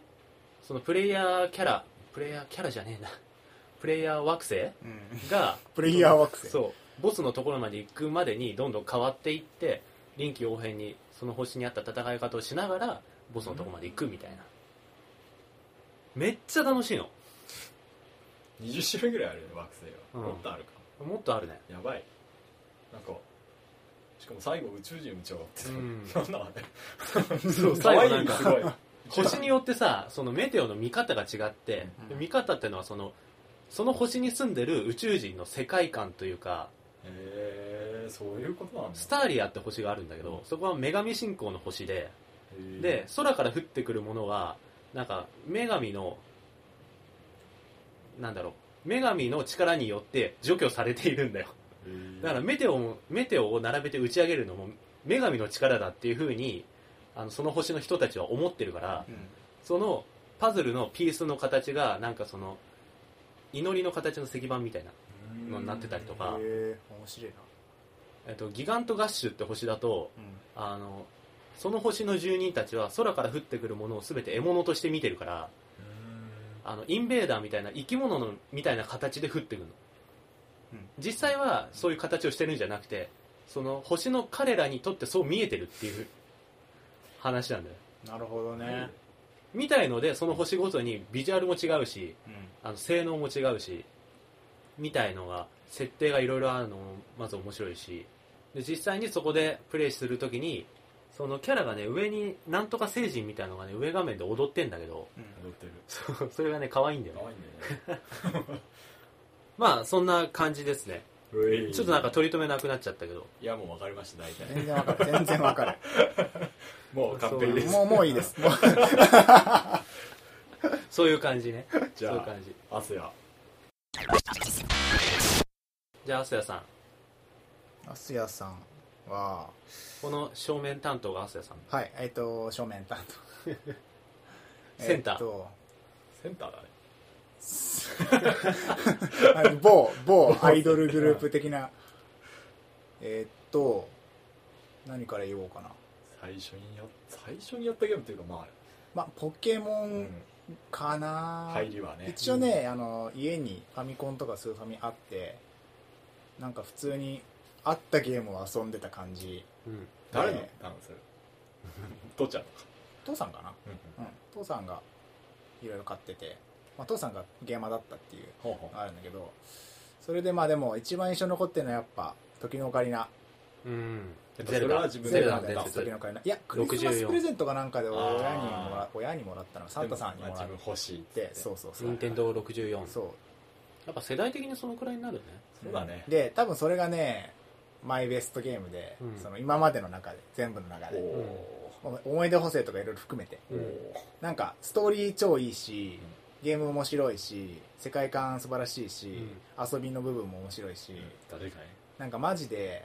そのプレイヤーキャラプレイヤーキャラじゃねえな プレイヤー惑星が
プレイヤー惑星
そうボスのところまで行くまでにどんどん変わっていって臨機応変にその星に合った戦い方をしながらボスのところまで行くみたいなめっちゃ楽しいの
20種類ぐらいあるよね惑星が
うん
もっとあるか
もっとあるね
やばいなんかしかも最後宇宙人宇宙がってた
うん
なんだあ れ
そう
可
最
愛
後なん
い
か
すごい
星によってさそのメテオの見方が違って、
うん
見方ってのはそのその星に住んでる宇宙人の世界観というか
へえそういうことなんだ
スターリアって星があるんだけど、
うん
そこは女神信仰の星で、
へー
で空から降ってくるものはなんか女神のなんだろう女神の力によって除去されているんだよ
へー
だからメテオもメテオを並べて打ち上げるのも女神の力だっていう風にあのその星の人たちは思ってるから、そのパズルのピースの形がなんかその祈りの形の石板みたいな、
うん
のになってたりとか
へえ面白いな
えっと、ギガントガッシュって星だとあのその星の住人たちは空から降ってくるものを全て獲物として見てるから
うん
あのインベーダーみたいな生き物のみたいな形で降ってくるの、
うん
実際はそういう形をしてるんじゃなくてその星の彼らにとってそう見えてるっていう話なんだよ
なるほどね、
みたいのでその星ごとにビジュアルも違うし
うん
あの性能も違うしみたいのが設定がいろいろあるのもまず面白いしで実際にそこでプレイするときにそのキャラがね上になんとか星人みたいのがね上画面で踊ってんだけど
踊ってる
そうそれがね可愛いんだよね
可愛いんだ
まあそんな感じですね
よ ね
ちょっとなんか取り留めなくなっちゃったけど
いやもう分かりました大体
全然わかる全然わか
もう完璧で
る
す
もうもういいですもう
そういう感じね
じゃ
そういう
あ
感じ
アスヤ
じゃあアスヤさん
アスヤさんは
この正面担当がアスヤさん
はいえっ、と正面担当
センター
えっと
センターだね
あの某某アイドルグループ的なえっと何から言おうかな
最初にや最初にやったゲームっていうかま
まあポケモ
あ、うん
ンかな、
入りはね
一応ね、あの家にファミコンとかスーファミあってなんか普通にあったゲームを遊んでた感じ
うん
誰の
ね
なのそれ父ちゃんのか
父さんかな、うん、父さんがいろいろ買ってて、まあ、父さんがゲーマーだったっていう
ほうほ
のがあるんだけどそれでまあでも一番印象に残ってるのはやっぱ「時のオカリナ」
うん
やっぱ
ゼル
それは
ダ
自分
ゼ
で
ルダ
選ん
の
で
伝
た
説
時のオカリナいやクリスマス
64
プレゼントかなんかで親に
あ
もら親にもらったのサンタさんにもら
自
っ
分欲しい
てそうそうそう
任天堂64や
そう
っぱ世代的にそのくらいになるね
そうだね
で多分それがねマイベストゲームで、
うん
その今までの中で全部の中
お
で
お
お思い出補正とかいろいろ含めて
うん
なんかストーリー超いいしゲーム面白いし世界観素晴らしいし、遊びの部分も面白いし、
誰かね
なんかマジで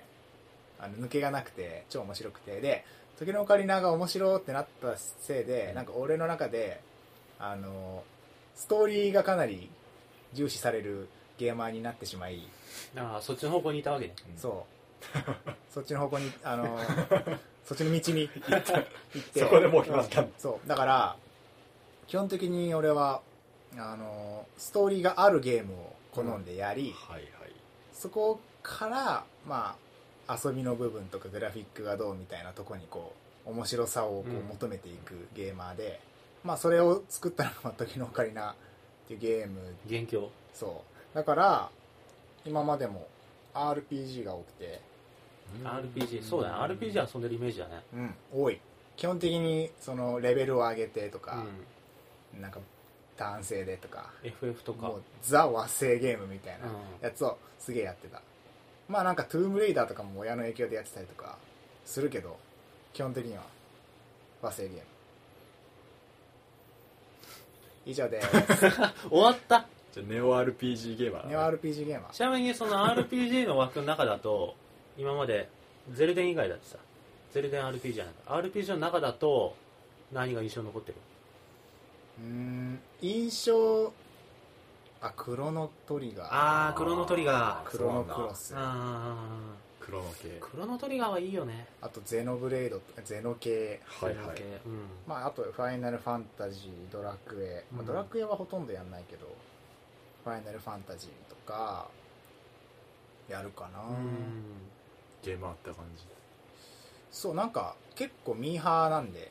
あの抜けがなくて超面白くてで「時のオカリナ」が面白ってなったせいで、
うん
なんか俺の中であのストーリーがかなり重視されるゲーマーになってしまい
ああそっちの方向にいたわけね
そう。 そっちの方向に、あの、そっちの道に行って。
そこでもう決まった
んそう。だから、基本的に俺は、あの、ストーリーがあるゲームを好んでやり、
はいはい
そこから、まあ、遊びの部分とかグラフィックがどうみたいなとこにこう、面白さをこ
う
うん求めていくゲーマーで、まあ、それを作ったのが時のオカリナっていうゲーム
元凶
そう。だから、今までも RPG が多くて、
RPG そうだね RPG 遊んでるイメージだね
うん、多い基本的にそのレベルを上げてと
う
か、
ん
なんか男性でとか
FF とか
もうザ和製ゲームみたいな
う
やつをすげえやってたまあなんかトゥームレイダーとかも親の影響でやってたりとかするけど基本的には和製ゲーム以上です
ん終わった
じゃあネオ RPG ゲーマーだね
ネオ RPG ゲーマー
ちなみにその RPG の枠の中だと今までゼルデン以外だってさゼルデン RPG じゃないから RPG の中だと何が印象に残ってる
うーん印象あクロノトリガー
あークロノトリガー
クロノクロス
あ
クロノ系
ークロノトリガーはいいよね
あとゼノブレードとかゼノ系
はい
クロ
は
ノ系
い
うん
まあ、あと「ファイナルファンタジー」「ドラクエ」ま
う
あ、
ん
ドラクエはほとんどやんないけど「ファイナルファンタジー」とかやるかな、
うん
ゲームあった感じ
そうなんか結構ミーハーなんで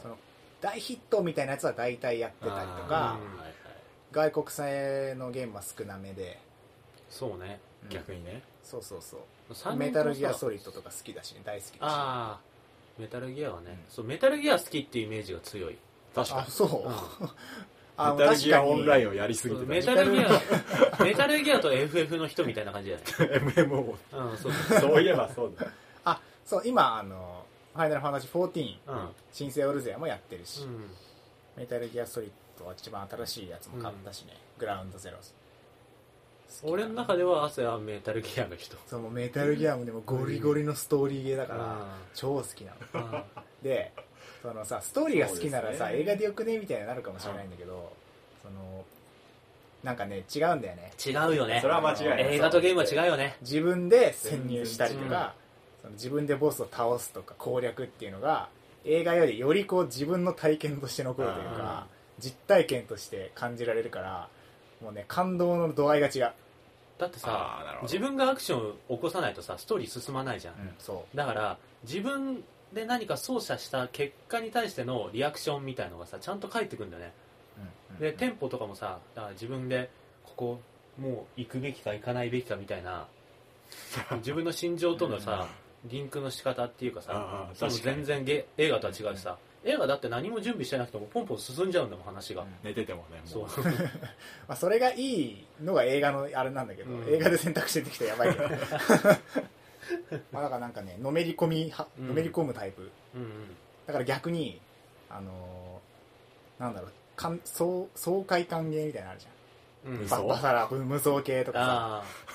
その大ヒットみたいなやつは大体やってたりと
あ
か
ーうん
はいはい
外国製のゲームは少なめで、
そうね
うん
逆にね
そうそうそう
三
メ
人ともさ
タルギアソリッドとか好きだし、大好きだ
ああメタルギアはね、
うん
そうメタルギア好きっていうイメージが強い
確
し
か
あ
に
そう、あ
メタルギア
確か
オ
に
ンラインをやりすぎてた
メタルギアメタルギアと FF の人みたいな感じだね
MMO
うんそう
そういえばそうだ
あそう今あの「ファイナルファンタジー14」
うん、うん
新生オルゼアもやってるし、メタルギアソリッドは一番新しいやつも買ったしね、グラウンドゼロズ
俺の中
で
では汗はメタルギアの人
そうもうメタルギアもでもゴリゴリのストーリーゲーだ
だ
から、超好きなの
ら
でそのさストーリーが好きなら
そう
さ、
ですね
映画でよくねみたいになるかもしれないんだけど、そのなんかね違うんだよね
違うよね
それは間違いない
映画とゲームは
う
違うよね
自分で潜入したりとか、その自分でボスを倒すとか攻略っていうのが映画よりよりこう自分の体験として残るというか実体験として感じられるからもうね感動の度合いが違う、
だって
あーなる
さ
ほど
自分がアクションを起こさないとさストーリー進まないじゃん、
そう
だから自分で何か操作した結果に対してのリアクションみたいのがさちゃんと返ってくるんだよねでテンポとかもさあ自分でここもう行くべきか行かないべきかみたいな自分の心情とのさリンクの仕方っていうか
あ
さ
あ
それも
確かに
全然ゲ映画とは違うしさ映画だって何も準備してなくてもポンポン進んじゃうんだもん話が、
うん
寝ててもね
そ
も
う
う
まあ、それがいいのが映画のあれなんだけど、
うん
映画で選択してきたらやば いけどまあだからなんかねのめり込みは
うん
のめり込むタイプ、
うんうん
だから逆にあのーなんだろうかん爽爽快歓迎みたいなのあるじ
うん
ゃん
無
バ
双
バサラ無双系とか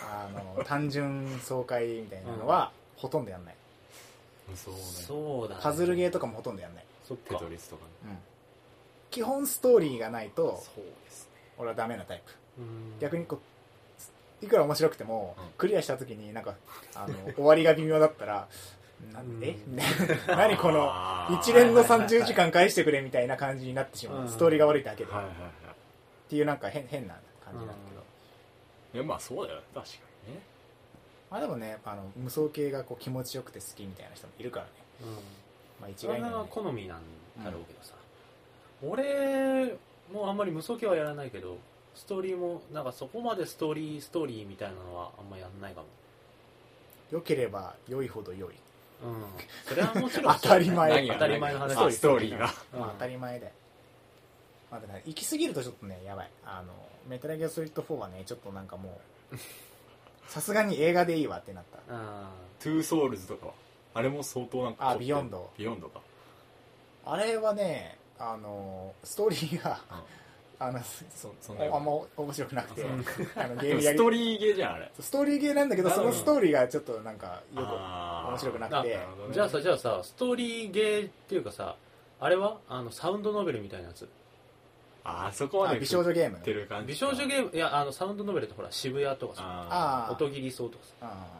さ
あ
あの単純爽快みたいなのはほとんどやんない
そう
あ
ね
そうだ、ね、
パズルゲーとかもほとんどやんない、
そっ
テ
か
トリスとかね
うん基本ストーリーがないと
そうですね
俺はダメなタイプ
うん
逆にこういくら面白くても、
うん
クリアした時になんかあの終わりが微妙だったらなんで
うん
何この
あー
一連の
はいはい
30時間返してくれみたいな感じになってしまう、
うん
ストーリーが悪いだけで、
はい
っ
はいはい
ていうなんか変変な感じなんだけど、
いやまあそうだよね確かにね
まあでもねあの無双系がこう気持ちよくて好きみたいな人もいるからね、
うん
まあ、一
それ
概には
は
ね
好みなんだろうけどさ、俺もあんまり無双系はやらないけどストーリーもなんかそこまでストーリーストーリーみたいなのはあんまやんないかも
良ければ良いほど良い、
うんそれはもちろん
当たり前、
何が
当たり前の話
あストーリーが
うん
まあ、当たり前で、まあ、だから行き過ぎるとちょっとねやばいあのメタルギアソリッド4はねちょっとなんかもうさすがに映画でいいわってなった
うん
トゥーソウルズとかはあれも相当なんか凝って
あビヨンド
ビヨンドか
あれはねあのストーリーが
うん
あのす
そそんな
あんま面白くなくて
あ
あのゲ
でも
ームや
ス
り
トーリーゲーじゃんあれ
ストーリーゲーなんだけど
なる
そ
ほど
のストーリーがちょっとなんかよく
あー
面白くな
あ
くて
なるほどね
じゃあさじゃあさストーリーゲーっていうかさあれはあのサウンドノベルみたいなやつ
ああそこま
あ
で
美少女ゲーム
食ってる感じ
美少女
ム
ゲームいやあのサウンドノベルってほら渋谷とかさ
あ
あ
音切りそうとかさ
あ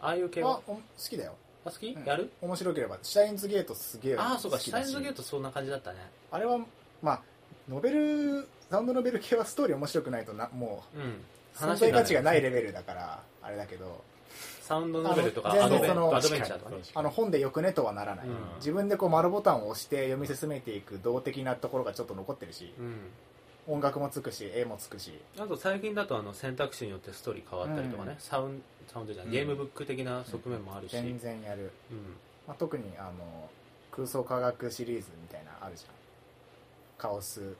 ああいう系
あ
は
あお好きだよ
あ好き、
うん
やる
面白ければシャインズゲートすげえ
ああそうか
好き
シャ
だ
イ
し
ンズゲートそんな感じだったね
あれはまあノベルサウンドノベル系はストーリー面白くないとなも
うん
う存在価値が
ない
ないレベルだからあれだけど
サウンドノベルとか
あの
アドベ
全然その
アドベンチャーとかね
あの本でよくねとはならない、
うん
自分でこう丸ボタンを押して読み進めていく動的なところがちょっと残ってるし、
うん
音楽もつくし絵もつくし
あと最近だとあの選択肢によってストーリー変わったりとかね、
うん
サウンサウンドじゃない
うん
ゲームブック的な側面もあるし、うん
全然やる、まあ、特にあの空想科学シリーズみたいなのあるじゃんカオス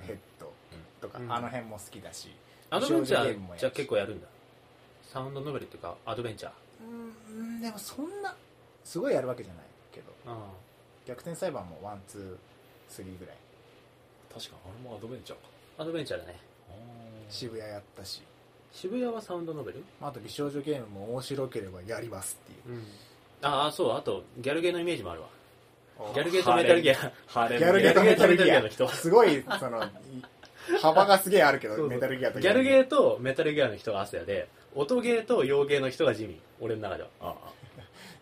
ヘッドとか、
うん
あの辺も好きだし、
アドベンチャ
少女ゲーム
ー
もやるし
じゃあ結構やるんだサウンドノベルっていうかアドベンチャー
うんでもそんなすごいやるわけじゃないけど
うん
逆転裁判もワンツースリーぐらい
確かあれもアドベンチャーか
アドベンチャーだね
渋谷やったし、
渋谷はサウンドノベル、
まあ、あと美少女ゲームも面白ければやりますっていう
うん、ああそうあとギャルゲーのイメージもあるわ
お
ギャルゲーとメタルギア
ハーレム
ギャルゲーとメタルギ
ギャルゲーとメタルギアの人
ア。すごい、その、い幅がすげえあるけ
そうそ
ど、
う
メタルギアと
ギャルゲ
ー。
ーとメタルギアの人がアスヤで音ゲーと洋ゲーの人がジミー俺の中では
あ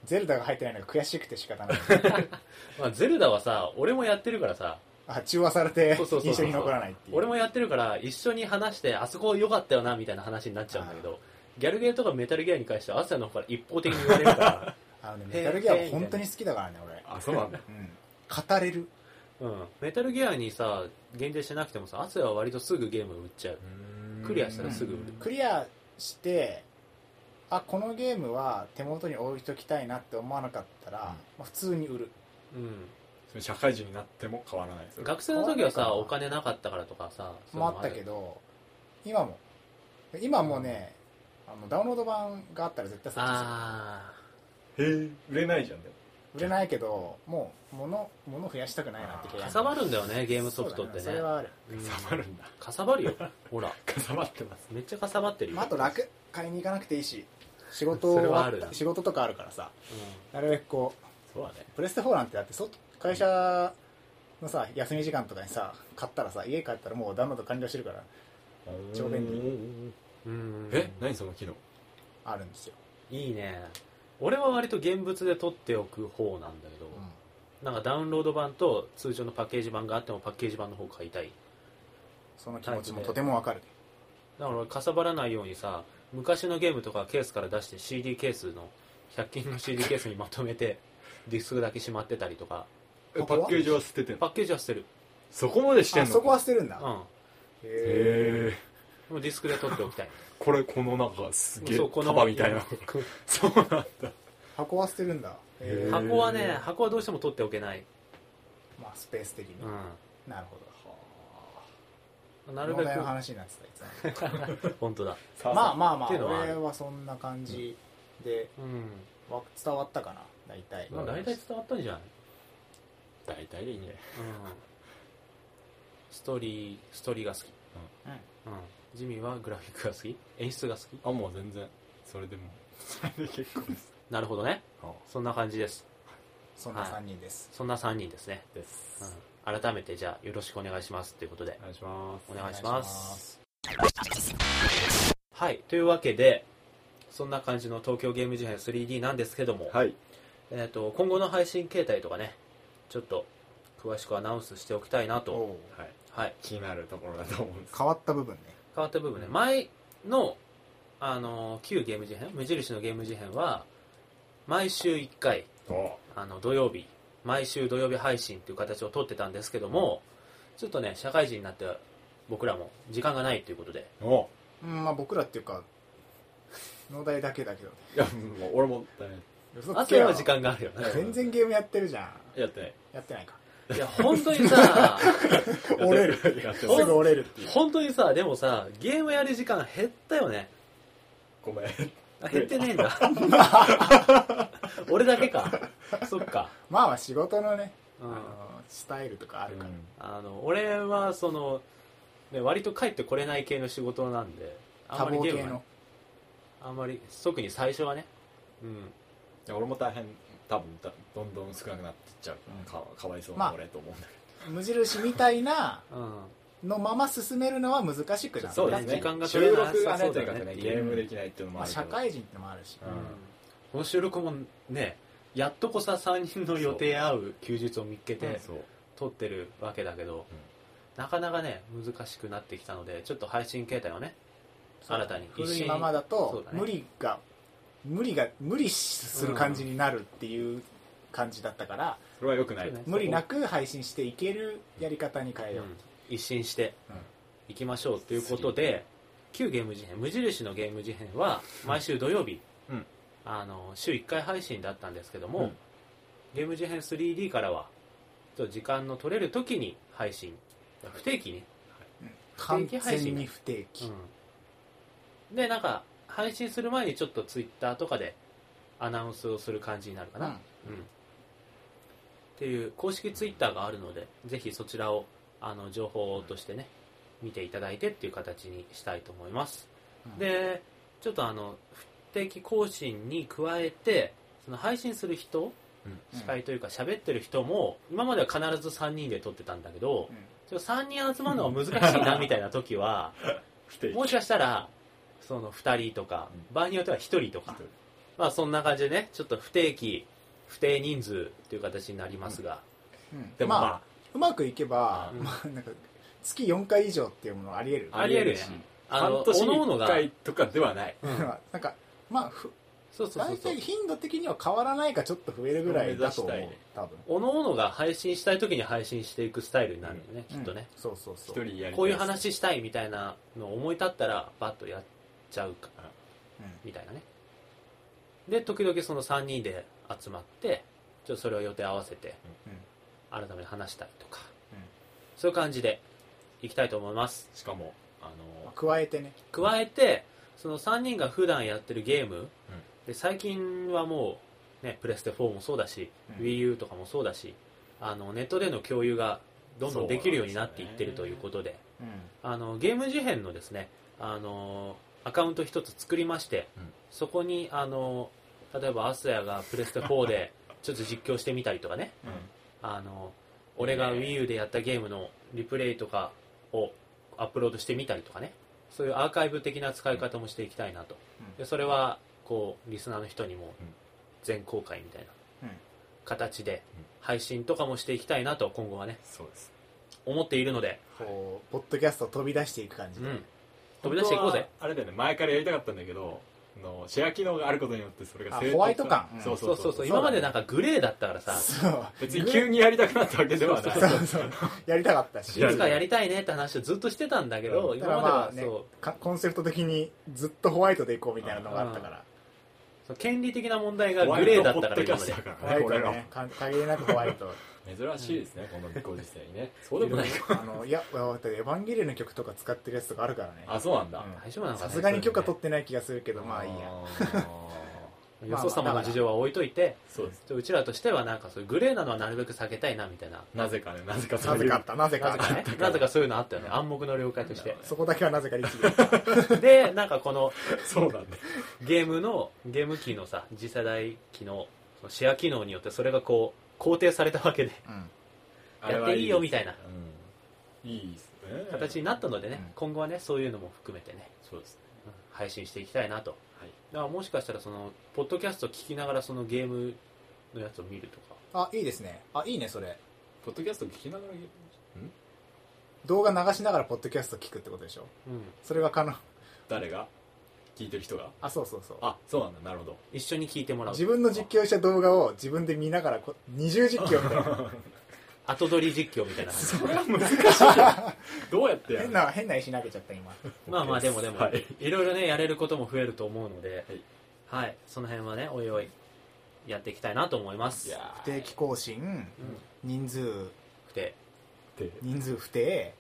ゼルダが入ってないのが悔しくて仕方ない。
まあ、ゼルダはさ俺もやってるからさ
あ、中和され て
そうそうそうそう
印象に残らないっていう。
俺もやってるから一緒に話してあそこ良かったよなみたいな話になっちゃうんだけどギャルゲーとかメタルギアに関してはアスヤの方から一方的に言われる か
あのね、
へー
メタルギアは本当に好きだからね、
ああそうなんだ
俺。うん。語れる。
ら、うん、メタルギアにさ限定してなくてもさアスヤは割とすぐゲーム売っちゃうクリアしたらすぐ売る
クリアして、あ、このゲームは手元に置いときたいなって思わなかったら、
うん
まあ普通に売る。
うん、
ア社会人になっても変わらないですよ
学生の時は
変わ
さ
んない
お金なかったからとかさそうい
も
う
あ
の
ったけど、今も。今もね、あのダウンロード版があったら絶対そっちする
あ
へえ売れないじゃんでも
売れないけどもう物物増やしたくないなって
あ
契
か
約
さばるんだよねゲームソフトって
そうだ
ね
ねそれはある、
うん
かさばるんだ
かさばるよほら
かさばってます
めっちゃかさばってるよ、
まあ、あと楽買いに行かなくていいし仕事
それはあるな
仕事とかあるからさなるべくこ
そうだね
うプレステ4なんてだって外会社のさ休み時間とかにさ買ったらさ家帰ったらもうダウンロード完了してるから超便
利
うん、うん、
え何その機能
あるんですよ、
いいね俺は割と現物で取っておく方なんだけど、なんかダウンロード版と通常のパッケージ版があってもパッケージ版の方買いたい
その気持ちもとてもわかる
だから俺かさばらないようにさ昔のゲームとかケースから出して CD ケースの100均の CD ケースにまとめてディスクだけしまってたりとか
こ
パ
こは
ッケージは捨ててん
パ
の
ッケージは捨てる
そこまでしてん
あ
の
そこは捨てるんだ、
うん
へ
へえ
でもディスクで取っておきたい
これこのなんかすげえ
そうこの
束みたいなそうなんだ
ー箱は捨てるんだ
へ ー
箱はね箱はどうしても取っておけない、
まあスペース的に、
う
なるほど
ん、なる
問
べ
題の
く
話になってたいつも
本当だ
まあまあまあ
っていうのはある
俺はそんな感じで、
うん
わ伝わったかな大体、
まあ大体伝わったんじゃない、
大体でいいね
うん、ストーリーストーリーが好き、うんジミーはグラフィックが好き演出が好き
あもう全然それでもそれで結構です
なるほどね
あ
そんな感じです
そんな3人です、
そんな3人ですね、
です、
うん、改めてじゃあよろしくお願いしますということで
お願いします
お願いします
お願いします
はいというわけでそんな感じの東京ゲーム事変 3D なんですけども、
はい
えー、と今後の配信形態とかねちょっと詳しくアナウンスしておきたいなと、
おう
はい
はい、
気になるところだと思うんです
変わった部分ね
変わった部分ね前の、あのー旧ゲーム事変無印のゲーム事変は毎週1回
お
あの土曜日毎週土曜日配信っていう形をとってたんですけどもちょっとね社会人になって僕らも時間がないということで
お
うんまあ僕らっていうか農大だけだけどね
いやもう俺もダメ
嘘
あ
つ
と
けよ
は時間があるよね
全然ゲームやってるじゃん
やってない
やってないか
いや本当にさ
折れる
やって
す
ない
ぐ折れるっていう
本当にさでもさゲームやる時間減ったよね
ごめん
あ減ってねえんだ 俺だけかそっか、
まあまあ仕事のね、
う
あ
ん
の、スタイルとかあるから、
あの俺はその、ね、割と帰ってこれない系の仕事なんであ
多
んまり
忙
ゲー
系
ムは
の
あんまり特に最初はねうん
いや俺も大変多分だどんどん少なくなっていっちゃう
うん
かかわいそう
ま
な
あ
俺と思うんだけ
無印みたいな
うん
のまま進めるのは難しく
ど
なる
そうですね時
ま
間が取れ
収
なさそう
録
だ
が
ね
ねとにかくね
って
ゲ
いう
ームできないっていうのもあ
あ
るけ
社
ど
会人ってのもあるし、
うん
この収録もねやっとこさ3人の予定合う休日を見つけ
うん
て
そう
撮ってるわけだけど、なかなかね難しくなってきたのでちょっと配信形態をね新たに
古いままだ
そう
と
だね
無理が無理が無理する感じになるっていう感じだったから、
それは良くない
そうね
無理なく配信していけるやり方に変え
一
よう、
新一新して
うん
いきましょうということで旧ゲーム事変無印のゲーム事変は毎週土曜日、
うん
あの週1回配信だったんですけども、
うん
ゲーム事変 3D からはちょっと時間の取れる時に配信不定期に
完
定期配
全
信
に不定期、
うん、でなんか配信する前にちょっとツイッターとかでアナウンスをする感じになるかな、
う
うんんっていう公式ツイッターがあるのでぜひそちらをあの情報としてね見ていただいてっていう形にしたいと思います、
うん
でちょっとあの不定期更新に加えてその配信する人司会というか喋ってる人も今までは必ず3人で撮ってたんだけど
うん
ちょっと3人集まるのが難しいなみたいな時は
不定期
もしかしたらその2人とか
う
場合によっては1人とか、まあ、そんな感じでねちょっと不定期不定人数という形になりますが、
うん
でも
まあ、
ま
うまくいけば、
うん
まあ、なんか月4回以上っていうものあり得る
あ
ありえる
し
ね
あ
あの
半
各
年に
々
1
が
回とかではない
うん
なんかまあふ
そうそうそ
大
うそう
体頻度的には変わらないかちょっと増えるぐらいだと思う
目指したいね
多分
各々が配信したい時に配信していくスタイルになるよね、きっとね、
うんそうそう
一
そう
人やりたい
こういう話したいみたいなのを思い立ったらバッとやっちゃうか
うん
みたいなねで時々その3人で集まってちょっとそれを予定合わせて改めて話したりとか、
うん
そういう感じでいきたいと思います
しかもあ
まあ
の
加えてね
加えてその3人が普段やってるゲーム、で最近はもう、ね、プレステ4もそうだし、
うん
WiiU とかもそうだしあのネットでの共有がどんどんできるようになっていってるということで
うん
あのゲーム事変のですねあのアカウント一つ作りまして、
うん
そこにあの例えばアスヤがプレステ4でちょっと実況してみたりとかねあの俺が WiiU でやったゲームのリプレイとかをアップロードしてみたりとかねそういうアーカイブ的な使い方もしていきたいなと、
うん
でそれはこうリスナーの人にも
うん
全公開みたいな
うん
形で
うん
配信とかもしていきたいなと今後はね
そうです
思っているので、
こうポッドキャストを飛び出していく感じ
う
で
ん、飛び出していこうぜ
本当はあれだよね前からやりたかったんだけどのシェア機能があることによってそれが
あ
正当
ホワイト感うん
そうそ
そううそ
そうう
そ
そうう
今までなんかグレーだったからさ
そう
別に急にやりたくなったわけではない
そうそうやりたかったし
いつかやりたいねって話をずっとしてたんだけど
だ
今
から
まで
ま
は
あね
そ
かコンセプト的にずっとホワイトでいこうみたいなのがあったから
う権利的な問題がグレーだったから今まで
ホワイトポッドキャストだから
ホ
ね俺ら
ワイトねか限りなくホワイト
珍しいですねこのご時世にねそうでもないか
あのいやだってエヴァンゲリオンの曲とか使ってるやつとかあるからね
あそうなんだ
うん
大丈夫なのか
さ
ね
すがに許可取ってない気がするけどまあいいや
や
よそ様の事情は置いといて
そうです
うちらとしてはなんかそういうグレーなのはなるべく避けたいなみたいな
なぜかねなぜかそ
な
う
ぜ
いう
かあったなぜかあ
な
っ
ぜ
た
かねなぜかそういうのあったよね暗黙の了解として
そこだけはなぜか律儀
でなんかこの
そうなんだ
ゲームのゲーム機のさ次世代機能そのシェア機能によってそれがこう肯定されたわけで
うん
やっていいよみたいな
うんいいですね
形になったのでね、
うん
今後はねそういうのも含めてね
そうですね
うん配信していきたいなと
はい
だからもしかしたらそのポッドキャストを聞きながらそのゲームのやつを見るとか
あいいですねあいいねそれ
ポッドキャスト聞きながらゲームん
動画流しながらポッドキャスト聞くってことでしょ
うん
それは可能
誰が聞いてる人が
あそうそうそう
あそうなんだなるほど
一緒に聞いてもらう
自分の実況した動画を自分で見ながらこ二重実況みたいな
後取り実況みたいな
それは難しいどうやってやる
変な変な石投げちゃった今
まあまあでもでも、
はい
い、ろいろねやれることも増えると思うので
はい、
はい、その辺はねおいおいやっていきたいなと思います
いや
不定期更新
うん
人数
不定
ーって
人数不定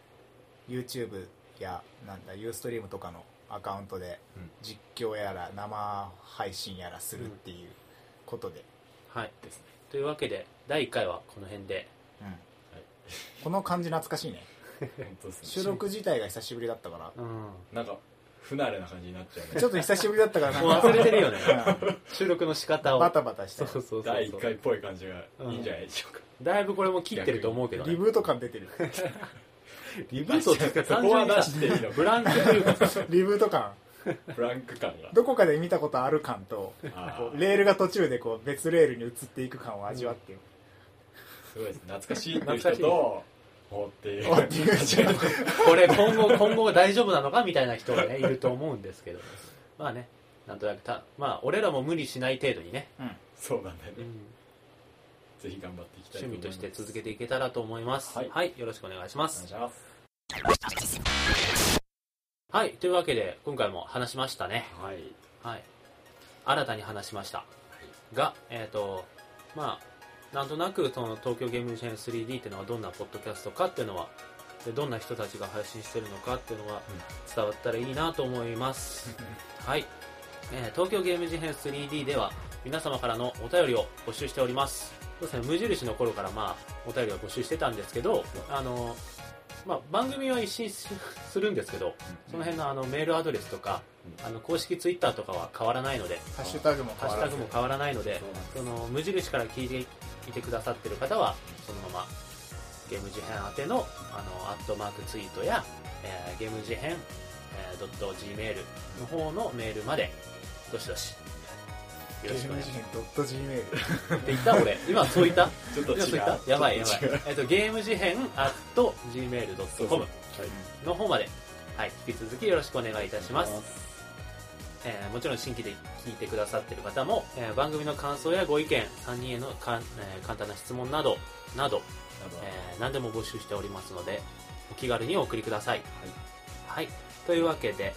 YouTube やなんだ Ustream とかのアカウントで
うん
実況やら生配信やらするっていうことで、
はい
ですね
というわけで第1回はこの辺で
うんこの感じ懐かしい ね
本当ですね
収録自体が久しぶりだったから
うん
なんか不慣れな感じになっちゃうね
ちょっと久しぶりだったからなん
もう
か
忘れてるよ ね
うん
収録の仕方を
バタバタした
そうそうそう
第1回っぽい感じがいいんじゃないでしょうか、
だいぶこれも切ってると思うけど、
リ
ね、
ブート感出てる
リブートっていうか
そ
単
こは
純に
出
さ
していいの
ブランクというかさ
リブート感
ブランク感が
どこかで見たことある感と
あ
こ
ー
うレールが途中でこう別レールに移っていく感を味わってよ、
すごいです懐かしいっていう人とおーっていう
おーっていう人
これ今後今後大丈夫なのかみたいな人がねいると思うんですけどまあねなんとなくたまあ俺らも無理しない程度にね、
うん
そうなんだよね、
うん
ぜひ頑張っていきたい
趣味として続け
て
ていけたらと思います。は、
はいい
よろしくお願いしま
お願い
す。
します
はい、というわけで、今回も話しましたね。
はい
はい。新たに話しました。が、えっ、と、まあ、なんとなく、その東京ゲームジェン 3D っていうのはどんなポッドキャストかっていうのは、でどんな人たちが配信してるのかっていうのは伝わったらいいなと思います。はい。えー東京ゲーム事変 3D では皆様からのお便りを募集しております。そうですね、無印の頃からまあ、お便りは募集してたんですけど、あの、まあ、番組は一新しするんですけど、その辺のあのメールアドレスとか、あの公式ツイッターとかは変わらないので、
ハッシュタグも
ハッシュタグも変わらないので
そう、なんです
その無印から聞いていてくださってる方は、そのままゲーム事変宛てのあのアットマークツイートや、えーゲーム事変、えー、.gmail の方のメールまで、どしどし。よ
ゲ
ろし
ー
くお
ム
願いし
事
ます。
変 .gmail
って言った俺。今そう言った
ちょっと
今そう
違
言った
う
やばいやばい
ちょっと違う。
えっと、ゲーム事変 at
そうそう
gmail.com
はい
の方まで、はい、引き続きよろしくお願いいたします。
す
えーもちろん新規で聞いてくださってる方も、えー番組の感想やご意見3人へのかん、えー簡単な質問などなど、えー何でも募集しておりますのでお気軽にお送りくださいはい、というわけで、え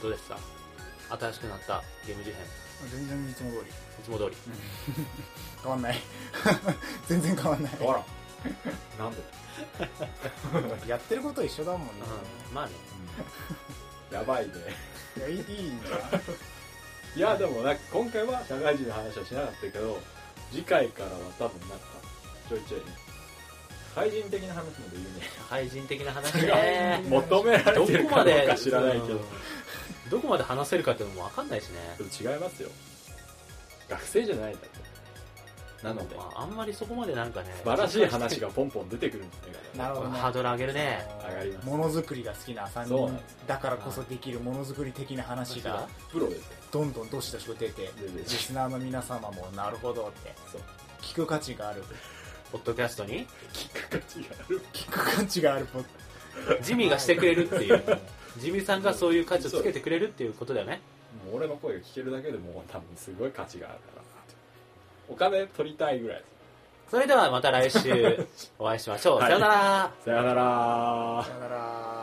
ーどうですか新しくなったゲーム事変い
全然いつも通り
つも通り
変わんない 全然変わんない
あらなんで、
やってること一緒だもんね、
うんまあね
やばいね
いやいいいいんじゃない
いやでもなんか今回は社会人の話はしなかったけど次回からは多分なんかちょいちょい対人的な話もでい
社会人的な話
い
ね
うね求めら
ど
れてる
こ
か
ま
どう
で
か知らないけど
うんどこまで話せるかっていうのも分かんないしね
ちょっと違いますよ学生じゃないんだとなので
まあ、あんまりそこまでなんかね
素晴らしい話がポンポン出てくるんじゃないか
なるほどね
ハードル上げるね
上がります
ものづくりが好きな3
そう
人
なんです
だからこそできるものづくり的な話が
プロですよ
どんどんどしどし出て
出てる
リスナーの皆様もなるほどって
そう
聞く価値がある
ポッドキャストに
きっかけがある
聞く価値があるポッ
ジミーがしてくれるっていうジミーさんがそういう価値をつけてくれるっていうことだよね
もう俺の声が聞けるだけでもう多分すごい価値があるからなとお金取りたいぐらいで
それではまた来週お会いしましょう。
はい
さよなら。
すさよなら
さよなら